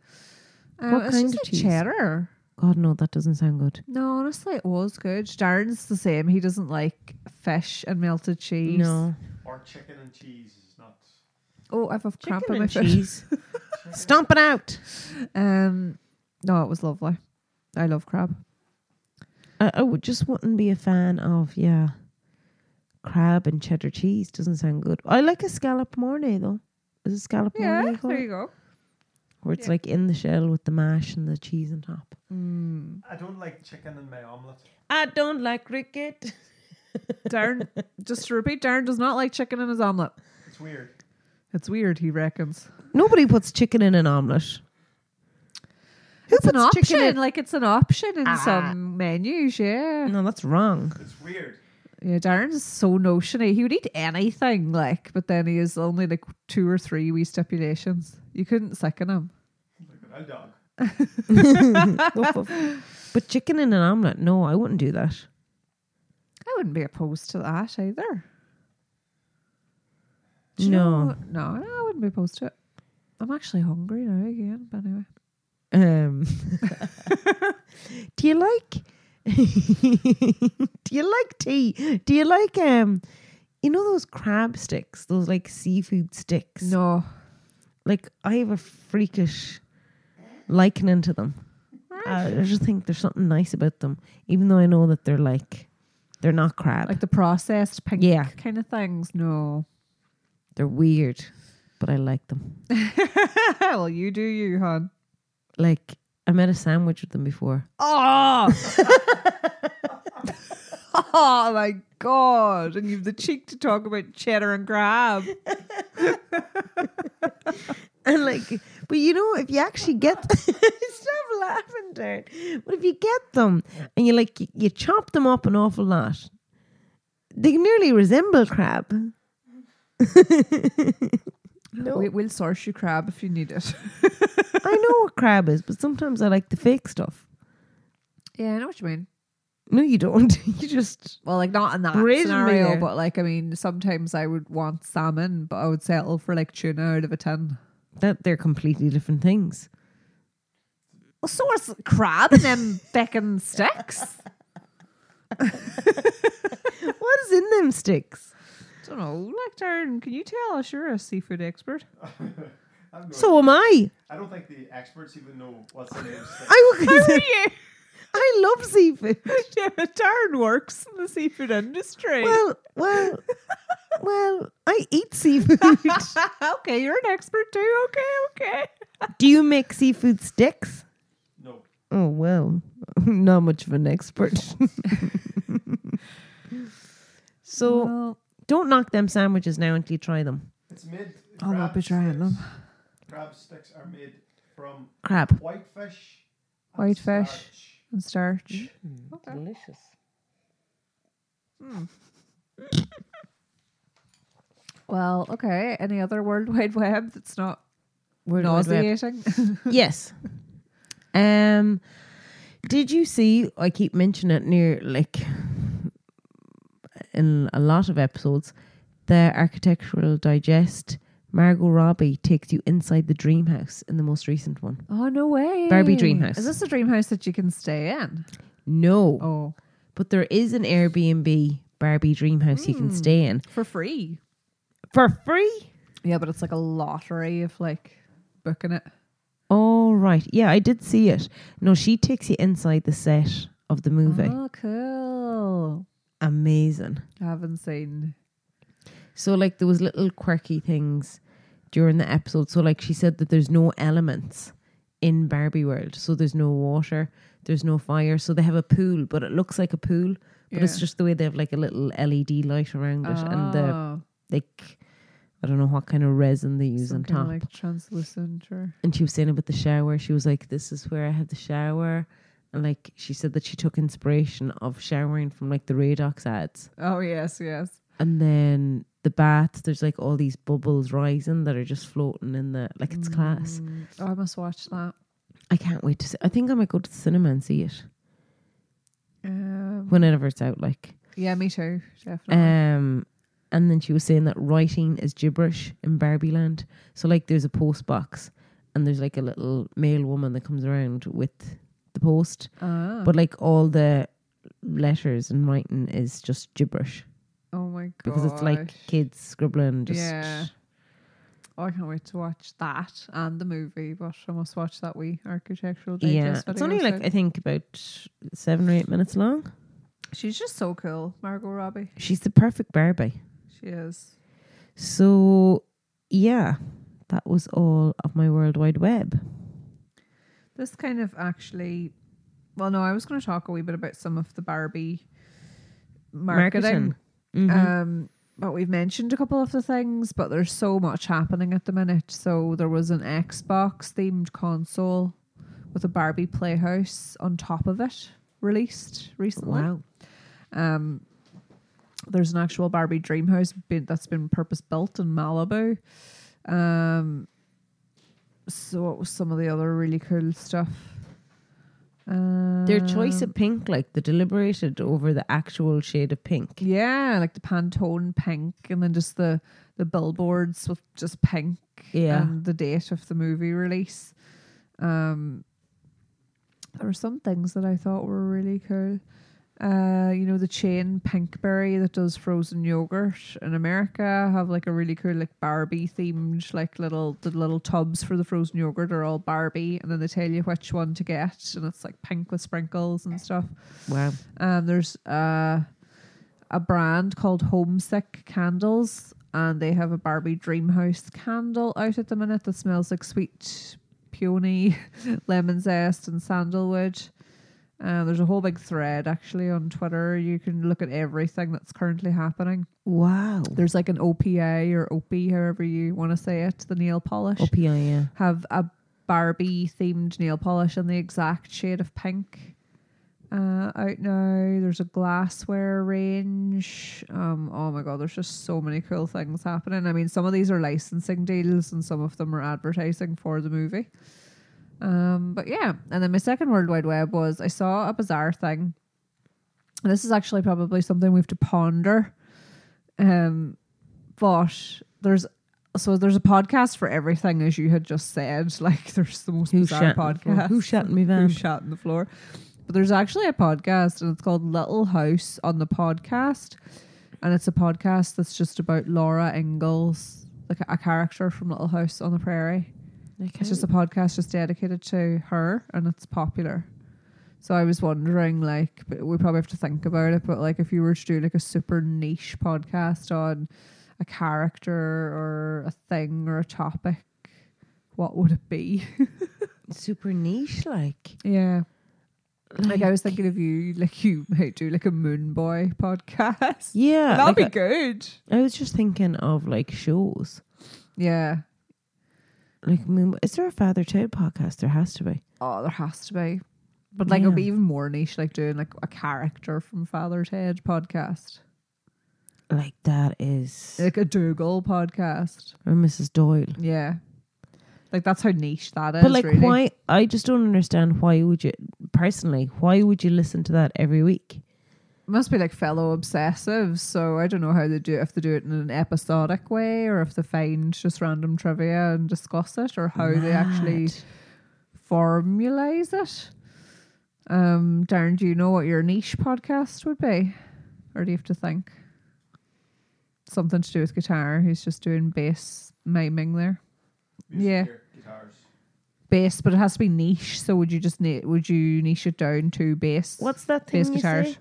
Speaker 1: Um,
Speaker 2: What
Speaker 1: it's
Speaker 2: kind
Speaker 1: just
Speaker 2: of
Speaker 1: like
Speaker 2: cheese?
Speaker 1: cheddar.
Speaker 2: God, no, that doesn't sound good.
Speaker 1: No, honestly, it was good. Darren's the same. He doesn't like fish and melted cheese.
Speaker 2: No.
Speaker 3: Or chicken and cheese is not.
Speaker 1: Oh, I have a cramp in my
Speaker 2: and
Speaker 1: foot.
Speaker 2: cheese. Stomp it out.
Speaker 1: Um, no, it was lovely. I love crab.
Speaker 2: I, I would just wouldn't be a fan of, yeah, crab and cheddar cheese. Doesn't sound good. I like a scallop mornay, though. Is it scallop
Speaker 1: Yeah,
Speaker 2: mornay?
Speaker 1: there
Speaker 2: called?
Speaker 1: you go.
Speaker 2: Where it's
Speaker 1: Yeah.
Speaker 2: like in the shell with the mash and the cheese on top.
Speaker 1: Mm.
Speaker 3: I don't like chicken in my omelette.
Speaker 2: I don't like cricket.
Speaker 1: Darren, just to repeat, Darren does not like chicken in his omelette.
Speaker 3: It's weird.
Speaker 1: It's weird, he reckons.
Speaker 2: Nobody puts chicken in an omelette. Who
Speaker 1: It's an
Speaker 2: puts
Speaker 1: option.
Speaker 2: chicken in-
Speaker 1: Like it's an option in
Speaker 2: Ah.
Speaker 1: some menus. Yeah.
Speaker 2: No, that's wrong.
Speaker 3: It's weird.
Speaker 1: Yeah, Darren's so notiony. He would eat anything, like, but then he has only like two or three wee stipulations. You couldn't sicken him.
Speaker 3: Look at that dog.
Speaker 2: Woof, woof. but chicken in an omelette? No, I wouldn't do that.
Speaker 1: I wouldn't be opposed to that either. Do you
Speaker 2: No.
Speaker 1: know- no, no, I wouldn't be opposed to it. I'm actually hungry now again, but anyway.
Speaker 2: Um, do you like? do you like tea? Do you like um? You know those crab sticks, those like seafood sticks.
Speaker 1: No.
Speaker 2: like I have a freakish likening to them. Uh, I just think there's something nice about them, even though I know that they're like they're not crab.
Speaker 1: Like the processed pink
Speaker 2: Yeah.
Speaker 1: kind of things. No.
Speaker 2: they're weird, but I like them.
Speaker 1: well, you do you, hon.
Speaker 2: Like I made a sandwich with them before.
Speaker 1: Oh! oh my god. And you've the cheek to talk about cheddar and crab.
Speaker 2: And like, but you know, if you actually get, stop laughing, Darren. But if you get them and you like, you, you chop them up an awful lot, they nearly resemble crab. no,
Speaker 1: We, we'll source you crab if you need it.
Speaker 2: I know what crab is, but sometimes I like the fake stuff.
Speaker 1: yeah, I know what you mean.
Speaker 2: No, you don't. You just
Speaker 1: Well, like not in that
Speaker 2: Originally,
Speaker 1: scenario,
Speaker 2: yeah.
Speaker 1: but like I mean, sometimes I would want salmon, but I would settle for like tuna out of a tin.
Speaker 2: that they're completely different things.
Speaker 1: Well, source crab and them beckin' sticks.
Speaker 2: What is in them sticks?
Speaker 1: Don't know, like Darren, can you tell us you're a seafood expert?
Speaker 3: I'm going-
Speaker 2: So am I.
Speaker 3: I don't think the experts even know what's in it.
Speaker 2: I would
Speaker 1: How
Speaker 2: consider,
Speaker 1: you?
Speaker 2: I love seafood.
Speaker 1: yeah, but Darren works in the seafood industry.
Speaker 2: Well, well, well. I eat seafood.
Speaker 1: okay, you're an expert too. Okay, okay.
Speaker 2: Do you make seafood sticks?
Speaker 3: No.
Speaker 2: Oh well, not much of an expert. so don't knock them sandwiches now until you try them.
Speaker 3: It's made.
Speaker 1: I'll not be trying them.
Speaker 3: Crab sticks are made from
Speaker 2: Crab.
Speaker 3: whitefish. and
Speaker 1: Whitefish.
Speaker 3: starch.
Speaker 1: and starch.
Speaker 2: mm, Delicious.
Speaker 1: Hmm. Well, okay. Any other World Wide Web that's not
Speaker 2: Word Wide Web.
Speaker 1: nauseating?
Speaker 2: yes. Um, did you see? I keep mentioning it near like in a lot of episodes. The Architectural Digest. Margot Robbie takes you inside the dream house in the most recent one.
Speaker 1: oh no way!
Speaker 2: Barbie dream house.
Speaker 1: Is this a dream house that you can stay in?
Speaker 2: No,
Speaker 1: Oh,
Speaker 2: but there is an Airbnb Barbie dream house you
Speaker 1: Hmm.
Speaker 2: can stay in
Speaker 1: for free.
Speaker 2: for free.
Speaker 1: Yeah, but it's like a lottery of like booking it.
Speaker 2: All right. Yeah, I did see it. No, she takes you inside the set of the movie.
Speaker 1: Oh, cool!
Speaker 2: Amazing.
Speaker 1: haven't seen.
Speaker 2: So like there was little quirky things during the episode. So like she said that there's no elements in Barbie World. So there's no water, there's no fire. So they have a pool, but it looks like a pool, but it's
Speaker 1: Yeah.
Speaker 2: just the way they have like a little LED light around it and the
Speaker 1: Oh,
Speaker 2: like I don't know what kind of resin they use
Speaker 1: some
Speaker 2: on
Speaker 1: kinda
Speaker 2: top.
Speaker 1: like translucent or
Speaker 2: and she was saying about the shower. She was like, "This is where I have the shower." and like she said that she took inspiration of showering from like the Radox ads,
Speaker 1: Oh yes, yes.
Speaker 2: and then the baths. There's like all these bubbles rising that are just floating in the like it's class.
Speaker 1: Mm, I must watch that.
Speaker 2: I can't wait to. See. I think I might go to the cinema and see it
Speaker 1: Um,
Speaker 2: whenever it's out. Like,
Speaker 1: yeah, me too. Definitely.
Speaker 2: um, and then she was saying that writing is gibberish in Barbie Land. So like, there's a post box, and there's like a little male woman that comes around with the post,
Speaker 1: ah.
Speaker 2: but like all the letters and writing is just gibberish.
Speaker 1: oh my god.
Speaker 2: because it's like kids scribbling just
Speaker 1: Yeah. Oh, I can't wait to watch that and the movie, but I must watch that wee architectural
Speaker 2: Yeah.
Speaker 1: digest.
Speaker 2: it's
Speaker 1: video
Speaker 2: only like
Speaker 1: soon.
Speaker 2: i think about seven or eight minutes long
Speaker 1: she's just so cool, Margot Robbie.
Speaker 2: she's the perfect barbie
Speaker 1: She is.
Speaker 2: so yeah that was all of my world wide web
Speaker 1: This kind of actually, well, no, I was going to talk a wee bit about some of the Barbie marketing.
Speaker 2: Mhm.
Speaker 1: Um, but we've mentioned a couple of the things, but there's so much happening at the minute. So there was an Xbox themed console with a Barbie playhouse on top of it released recently.
Speaker 2: wow
Speaker 1: Um, there's an actual Barbie dream house been, that's been purpose built in Malibu. Um, so what was some of the other really cool stuff? Um,
Speaker 2: their choice of pink like they deliberated over the actual shade of pink
Speaker 1: Yeah, like the Pantone pink, and then just the the billboards with just pink.
Speaker 2: Yeah.
Speaker 1: and the date of the movie release. Um, there were some things that I thought were really cool. Uh, you know the chain Pinkberry that does frozen yogurt in America have like a really cool like Barbie themed like little the little tubs for the frozen yogurt are all Barbie and then they tell you which one to get and it's like pink with sprinkles and stuff.
Speaker 2: wow
Speaker 1: Um, there's uh, a brand called Homesick Candles, and they have a Barbie Dreamhouse candle out at the minute that smells like sweet peony, lemon zest, and sandalwood. Uh, there's a whole big thread actually on Twitter. You can look at everything that's currently happening.
Speaker 2: wow
Speaker 1: There's like an OPA or OP, however you want to say it, the nail polish
Speaker 2: opi yeah
Speaker 1: have a Barbie themed nail polish in the exact shade of pink. Uh, out now, there's a glassware range. Um, oh my god, there's just so many cool things happening. I mean, some of these are licensing deals, and some of them are advertising for the movie. Um, but yeah, and then my second World Wide Web was I saw a bizarre thing. And this is actually probably something we have to ponder. Um, but there's so there's a podcast for everything, as you had just said. Like there's the most
Speaker 2: who's
Speaker 1: bizarre
Speaker 2: shouting
Speaker 1: podcast.
Speaker 2: who's shouting me
Speaker 1: Who
Speaker 2: van
Speaker 1: shot in the floor. But there's actually a podcast, and it's called Little House on the Podcast, and it's a podcast that's just about Laura Ingalls, like a character from Little House on the Prairie. It's just a podcast just dedicated to her, and it's popular. So I was wondering, like, but we probably have to think about it. But like, if you were to do like a super niche podcast on a character or a thing or a topic, what would it be?
Speaker 2: super niche like
Speaker 1: Yeah. Like, I was thinking of you, like you might do like a Moon Boy podcast.
Speaker 2: yeah
Speaker 1: That'd
Speaker 2: like
Speaker 1: be
Speaker 2: I-
Speaker 1: good.
Speaker 2: I was just thinking of like shows
Speaker 1: Yeah.
Speaker 2: Like, moon, is there a father child podcast? There has to be.
Speaker 1: Oh, there has to be. But like it'll
Speaker 2: Yeah.
Speaker 1: be even more niche, like doing like a character from Father's Head podcast.
Speaker 2: Like that is
Speaker 1: Like a Dougal podcast.
Speaker 2: or Mrs. Doyle.
Speaker 1: Yeah. Like that's how niche that is.
Speaker 2: But like,
Speaker 1: really.
Speaker 2: why? I just don't understand. Why would you personally? Why would you listen to that every week?
Speaker 1: must be like fellow obsessives. So I don't know how they do it, if they do it in an episodic way or if they find just random trivia and discuss it or how they actually
Speaker 2: Mad.
Speaker 1: formulate it. Um, Darren, do you know what your niche podcast would be? Or do you have to think? Something to do with guitar. He's just doing bass miming there.
Speaker 3: Music
Speaker 1: Yeah.
Speaker 3: here, Guitars.
Speaker 1: Bass, but it has to be niche. So would you just ni- would you niche it down to bass?
Speaker 2: What's that thing
Speaker 1: Bass
Speaker 2: you
Speaker 1: guitars.
Speaker 2: say?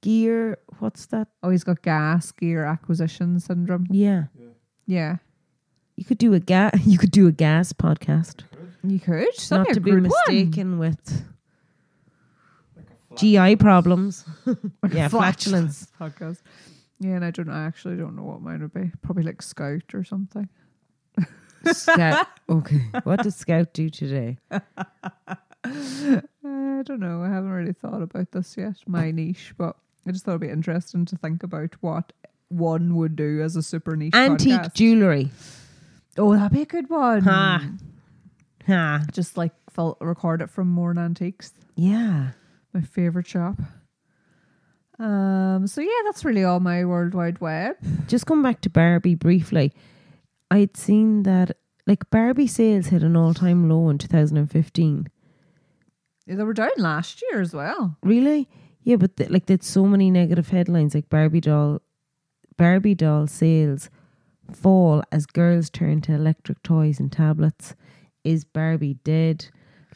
Speaker 2: Gear. What's that?
Speaker 1: Oh, he's got gas gear acquisition syndrome.
Speaker 2: Yeah,
Speaker 1: Yeah,
Speaker 2: you could do a gas. You could do a gas podcast.
Speaker 1: you could. That'd
Speaker 2: Not
Speaker 1: a
Speaker 2: to be
Speaker 1: good
Speaker 2: mistaken with
Speaker 3: Like a flat.
Speaker 2: GI problems.
Speaker 1: One.
Speaker 2: yeah,
Speaker 1: Flat
Speaker 2: flatulence.
Speaker 1: podcast. Yeah, and I don't. I actually don't know what mine would be. Probably like scout or something.
Speaker 2: Scout. Okay. What did Scout do today?
Speaker 1: Eh, I don't know. I haven't really thought about this yet, my niche, but I just thought it'd be interesting to think about what one would do as a super niche
Speaker 2: Antique
Speaker 1: podcast.
Speaker 2: jewelry.
Speaker 1: oh, that'd be a good one.
Speaker 2: Ha. Ha.
Speaker 1: Just like felt, record it from Morn Antiques,
Speaker 2: Yeah.
Speaker 1: my favorite shop. Um. So yeah, that's really all my World Wide Web.
Speaker 2: Just going back to Barbie briefly, I'd seen that like Barbie sales hit an all time low in 2015.
Speaker 1: They were down last year as well.
Speaker 2: Really? Yeah, but th- like there's so many negative headlines like Barbie doll, Barbie doll sales fall as girls turn to electric toys and tablets. Is Barbie dead?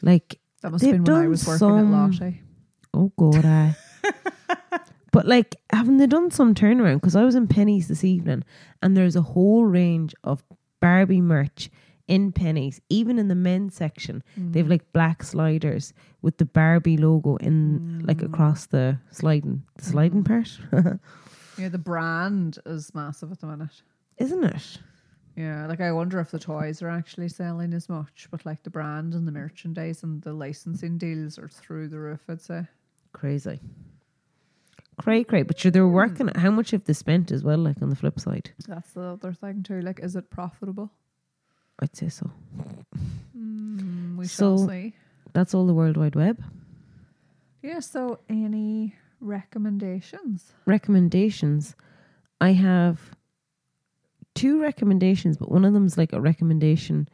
Speaker 2: Like,
Speaker 1: That must
Speaker 2: They've
Speaker 1: have been when I
Speaker 2: done
Speaker 1: was working
Speaker 2: some-
Speaker 1: at Lottie.
Speaker 2: oh god, I. but like, haven't they done some turnaround? Because I was in Pennies this evening, and there's a whole range of Barbie merch in Pennies, even in the men's section. They have like black sliders with the Barbie logo in like across the sliding the sliding part,
Speaker 1: Yeah, the brand is massive at the minute.
Speaker 2: isn't it?
Speaker 1: Yeah, like I wonder if the toys are actually selling as much, but like the brand and the merchandise and the licensing deals are through the roof. I'd say.
Speaker 2: Crazy. Cray cray, but sure they're working. At, how much have they spent as well? Like on the flip side,
Speaker 1: That's the other thing too. Like, is it profitable?
Speaker 2: I'd say so.
Speaker 1: Mm, we
Speaker 2: So-
Speaker 1: shall see.
Speaker 2: That's all the World Wide Web.
Speaker 1: Yeah. So, any recommendations?
Speaker 2: recommendations, I have two recommendations, but one of them's like a recommendation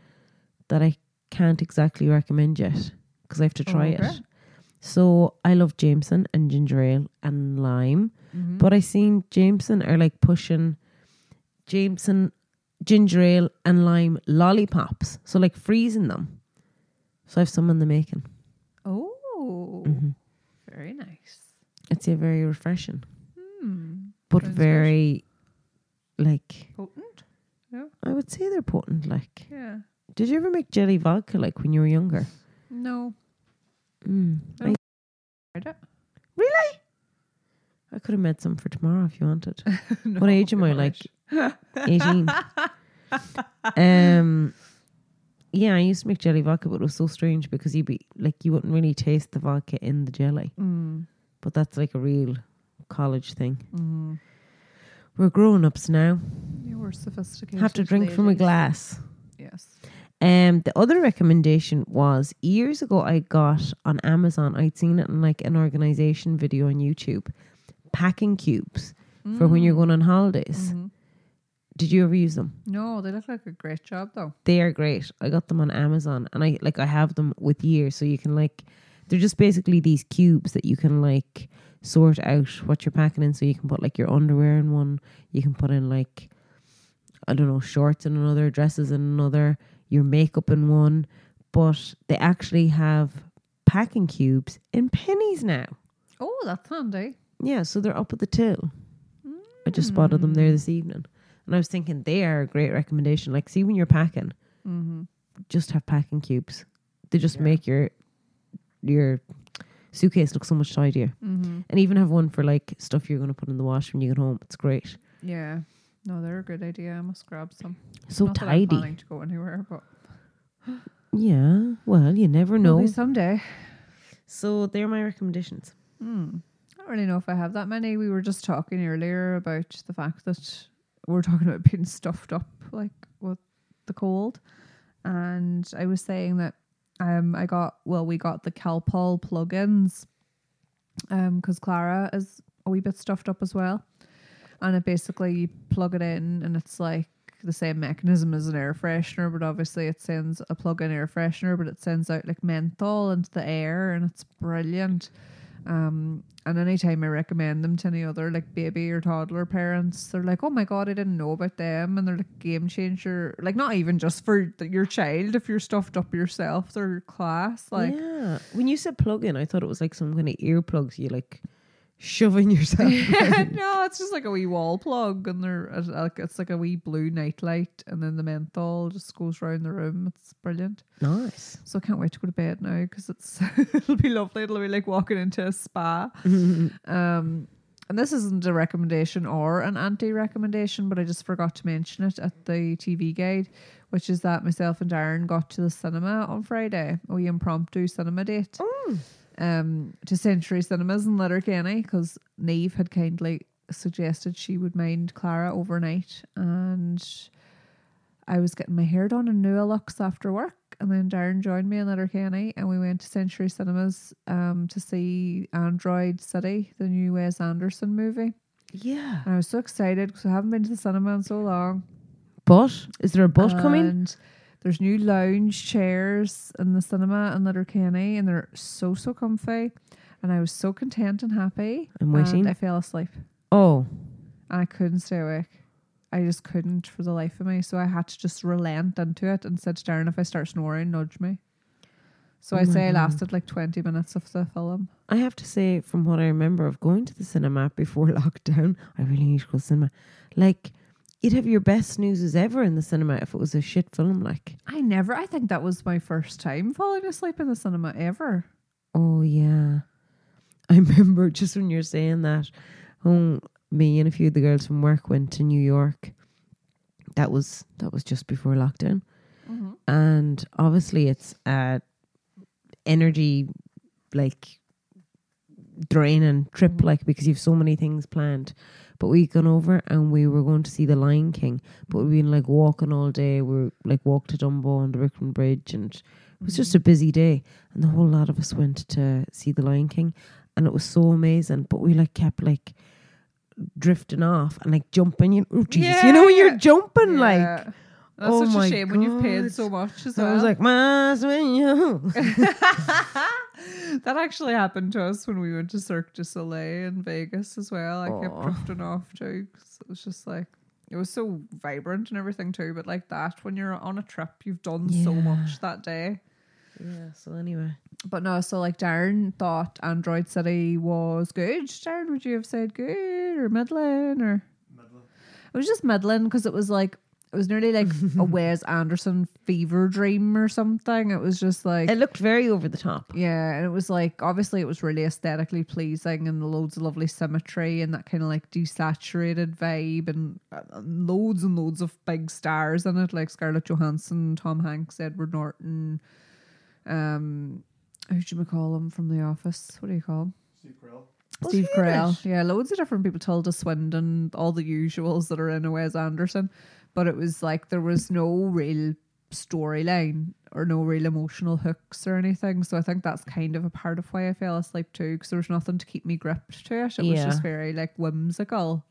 Speaker 2: that I can't exactly recommend yet because I have to try
Speaker 1: Okay.
Speaker 2: it. So I love Jameson and ginger ale and lime,
Speaker 1: Mm-hmm.
Speaker 2: but I seen Jameson are like pushing Jameson ginger ale and lime lollipops, so like freezing them. So I have some in the making.
Speaker 1: Oh, very nice.
Speaker 2: It's a very refreshing,
Speaker 1: Hmm.
Speaker 2: but
Speaker 1: Sounds good.
Speaker 2: very like
Speaker 1: Potent.
Speaker 2: I would say they're potent. Like,
Speaker 1: Yeah.
Speaker 2: did you ever make jelly vodka like when you were younger?
Speaker 1: No.
Speaker 2: Mm.
Speaker 1: No.
Speaker 2: I,
Speaker 1: Tried it.
Speaker 2: I could have made some for tomorrow if you wanted.
Speaker 1: No,
Speaker 2: what age am I?
Speaker 1: you're
Speaker 2: Like
Speaker 1: right.
Speaker 2: eighteen. um, yeah, I used to make jelly vodka, but it was so strange because you'd be like you wouldn't really taste the vodka in the jelly.
Speaker 1: Mm,
Speaker 2: But that's like a real college thing.
Speaker 1: mm.
Speaker 2: We're grown ups now.
Speaker 1: You were sophisticated.
Speaker 2: Have to drink from a
Speaker 1: ladies.
Speaker 2: glass.
Speaker 1: Yes.
Speaker 2: Um, the other recommendation was years ago I got on Amazon, I'd seen it in like an organization video on YouTube, packing cubes for when you're
Speaker 1: Mm.
Speaker 2: going on holidays.
Speaker 1: Mhm.
Speaker 2: Did you ever use them?
Speaker 1: No, they look like a great job though.
Speaker 2: They are great. I got them on Amazon and I like I have them with years so you can like they're just basically these cubes that you can like sort out what you're packing in so you can put like your underwear in one, you can put in like I don't know, shorts in another, dresses in another, your makeup in one, but they actually have packing cubes in pennies now.
Speaker 1: Oh, that's handy.
Speaker 2: Yeah, so they're up at the till. I just spotted them there this evening. And I was thinking they are a great recommendation. Like, see, when you're packing,
Speaker 1: Mm-hmm.
Speaker 2: just have packing cubes. They just make your your suitcase look so much tidier.
Speaker 1: Mm-hmm.
Speaker 2: And even have one for like stuff you're going to put in the wash when you get home. It's great.
Speaker 1: Yeah. No, they're a good idea. I must grab some.
Speaker 2: So
Speaker 1: Not That I'm
Speaker 2: tidy.
Speaker 1: planning to go anywhere, but
Speaker 2: Yeah. Well, you never know.
Speaker 1: maybe someday.
Speaker 2: So they're my recommendations.
Speaker 1: Hmm. I don't really know if I have that many. We were just talking earlier about the fact that we're talking about being stuffed up, like with the cold. And I was saying that um, I got, well, we got the Calpol plugins because um, Clara is a wee bit stuffed up as well. And it basically, you plug it in and it's like, the same mechanism as an air freshener, but obviously it sends a plug-in air freshener, but it sends out like menthol into the air, and it's brilliant. Um, and anytime I recommend them to any other like baby or toddler parents, they're like, "Oh my god, I didn't know about them," and they're like game changer. Like not even just for th- your child, if you're stuffed up yourself, their class. Like
Speaker 2: yeah. When you said plug in, I thought it was like some kind of earplugs you like shoving yourself.
Speaker 1: no, it's just like a wee wall plug, and they're it's like it's like a wee blue nightlight, and then the menthol just goes round the room. It's brilliant.
Speaker 2: nice.
Speaker 1: So I can't wait to go to bed now because it's it'll be lovely. It'll be like walking into a spa. um, and this isn't a recommendation or an anti-recommendation, but I just forgot to mention it at the TV guide, which is that myself and Darren got to the cinema on Friday. We impromptu cinema date. um, to Century Cinemas in Letterkenny because Neve had kindly suggested she would mind Clara overnight, and I was getting my hair done in New Lux after work. And then Darren joined me in Letterkenny, and we went to Century Cinemas um, to see Android City, the new Wes Anderson movie.
Speaker 2: Yeah.
Speaker 1: And I was so excited because I haven't been to the cinema in so long.
Speaker 2: But is there a but coming?
Speaker 1: And there's new lounge chairs in the cinema in Letterkenny, and they're so so comfy. And I was so content and happy.
Speaker 2: I'm waiting.
Speaker 1: And I fell asleep,
Speaker 2: Oh,
Speaker 1: and I couldn't stay awake. I just couldn't for the life of me. So I had to just relent into it and said, "Darren, if I start snoring, nudge me." So
Speaker 2: Oh
Speaker 1: I'd
Speaker 2: my
Speaker 1: say I
Speaker 2: God.
Speaker 1: lasted like twenty minutes of the film.
Speaker 2: I have to say, from what I remember of going to the cinema before lockdown, I really need to go to the cinema. Like, you'd have your best newses ever in the cinema if it was a shit film. Like,
Speaker 1: I never. I think that was my first time falling asleep in the cinema ever.
Speaker 2: oh yeah, I remember just when you're saying that. Oh, me and a few of the girls from work went to New York. That was that was just before lockdown.
Speaker 1: Mm-hmm.
Speaker 2: and obviously it's uh energy like draining trip
Speaker 1: Mm-hmm.
Speaker 2: like because you've so many things planned but we gone over and we were going to see the lion king but we've been like walking all day we are like walked to dumbo on the brooklyn bridge and it was just a
Speaker 1: Mm-hmm.
Speaker 2: busy day and the whole lot of us went to see the lion king and it was so amazing but we like kept like drifting off and like jumping you oh jesus you know when
Speaker 1: Yeah.
Speaker 2: you're jumping like
Speaker 1: Yeah. that's
Speaker 2: oh
Speaker 1: such
Speaker 2: my
Speaker 1: a shame when you've paid
Speaker 2: God.
Speaker 1: so much as
Speaker 2: so
Speaker 1: well.
Speaker 2: I was like, "Mas, when you-"
Speaker 1: that actually happened to us when we went to Cirque du Soleil in Vegas as well. I kept
Speaker 2: Aw.
Speaker 1: drifting off too. 'cause it was just like it was so vibrant and everything too. But like that, when you're on a trip, you've done so
Speaker 2: Yeah.
Speaker 1: much that day.
Speaker 2: Yeah. So anyway,
Speaker 1: But no, so like Darren thought Android City was good. Darren, would you have said good or middling or? It was just middling because it was like it was nearly like a Wes Anderson fever dream or something. It was just like
Speaker 2: it looked very over the top.
Speaker 1: yeah, and it was like obviously it was really aesthetically pleasing and loads of lovely symmetry and that kind of like desaturated vibe and uh, uh, loads and loads of big stars in it like Scarlett Johansson, Tom Hanks, Edward Norton, um, who should we call him from The Office? What do you call him?
Speaker 2: Was
Speaker 1: Steve
Speaker 2: he in
Speaker 1: Carell. Yeah, loads of different people. Tilda Swindon, all the usuals that are in a Wes Anderson. But it was like there was no real storyline or no real emotional hooks or anything. So I think that's kind of a part of why I fell asleep too, because there was nothing to keep me gripped to it. It was
Speaker 2: Yeah.
Speaker 1: just very like whimsical.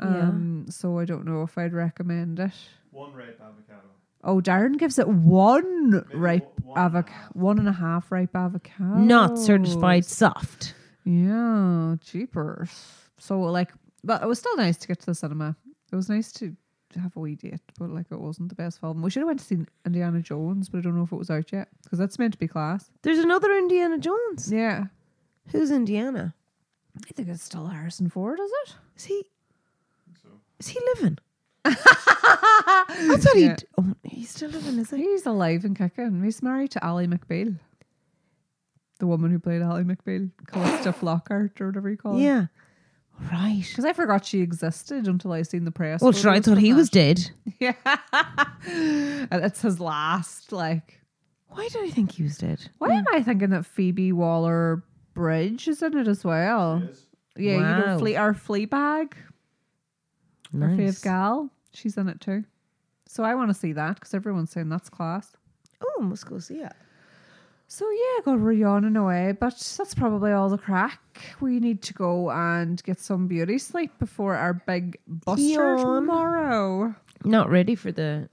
Speaker 2: Yeah.
Speaker 1: Um, So I don't know if I'd recommend it.
Speaker 3: One ripe avocado.
Speaker 1: Oh, Darren gives it one
Speaker 3: Maybe
Speaker 1: ripe
Speaker 3: one and a
Speaker 1: avocado,
Speaker 3: half.
Speaker 1: one and a half ripe avocado.
Speaker 2: Not certified soft.
Speaker 1: Yeah, jeepers. So like, but it was still nice to get to the cinema. It was nice to to have a wee date, but like it wasn't the best film. We should have went to see Indiana Jones, but I don't know if it was out yet because that's meant to be class.
Speaker 2: There's another Indiana Jones.
Speaker 1: Yeah,
Speaker 2: Who's Indiana?
Speaker 1: I think it's still Harrison Ford, is it?
Speaker 2: Is he?
Speaker 3: So
Speaker 2: Is he living? I thought
Speaker 1: Yeah.
Speaker 2: he. Oh, he's still living, is he?
Speaker 1: He's alive and kicking. He's married to Ally McBeal, the woman who played Ally McBeal, Callista Flockhart or whatever you call her.
Speaker 2: Yeah. Oh. Right.
Speaker 1: Because I forgot she existed until I seen the press.
Speaker 2: Well, sure. I
Speaker 1: photos
Speaker 2: thought
Speaker 1: from
Speaker 2: he
Speaker 1: that.
Speaker 2: was dead.
Speaker 1: Yeah. and it's his last, like.
Speaker 2: Why did I think he was dead?
Speaker 1: Why am I thinking that Phoebe Waller Bridge is in it as well?
Speaker 3: yes.
Speaker 1: Yeah, you know,
Speaker 2: Wow.
Speaker 1: Flea, our flea bag, our fave
Speaker 2: Nice.
Speaker 1: gal, she's in it too. So I want to see that because everyone's saying that's class.
Speaker 2: Oh, must go see it.
Speaker 1: So yeah, God, we're yawning away, but that's probably all the crack. We need to go and get some beauty sleep before our big buster
Speaker 2: Yawn.
Speaker 1: tomorrow.
Speaker 2: Not ready for the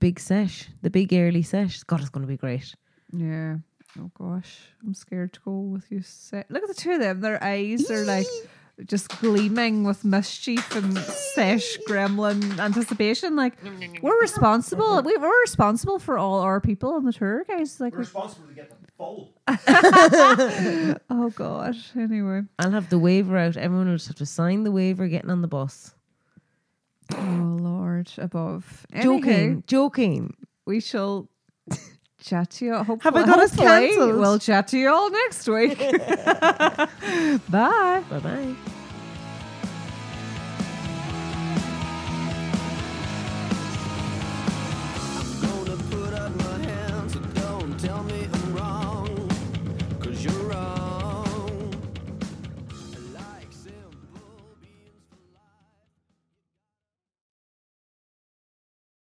Speaker 2: big sesh, the big early sesh. God, it's going to be great.
Speaker 1: Yeah. Oh gosh, I'm scared to go with you. Set. Look at the two of them. Their eyes are like just gleaming with mischief and sesh gremlin anticipation. Like we're responsible. We, we're responsible for all our people on the tour, guys. Like,
Speaker 3: We're responsible to get them full.
Speaker 1: oh gosh. Anyway.
Speaker 2: I'll have the waiver out. Everyone will just have to sign the waiver getting on the bus.
Speaker 1: Oh Lord, above. Anywho,
Speaker 2: Joking, joking.
Speaker 1: we shall. Chat to you. Hopefully,
Speaker 2: I got us
Speaker 1: hopefully
Speaker 2: cancelled?
Speaker 1: We'll chat to you all next week. Bye.
Speaker 2: Bye bye.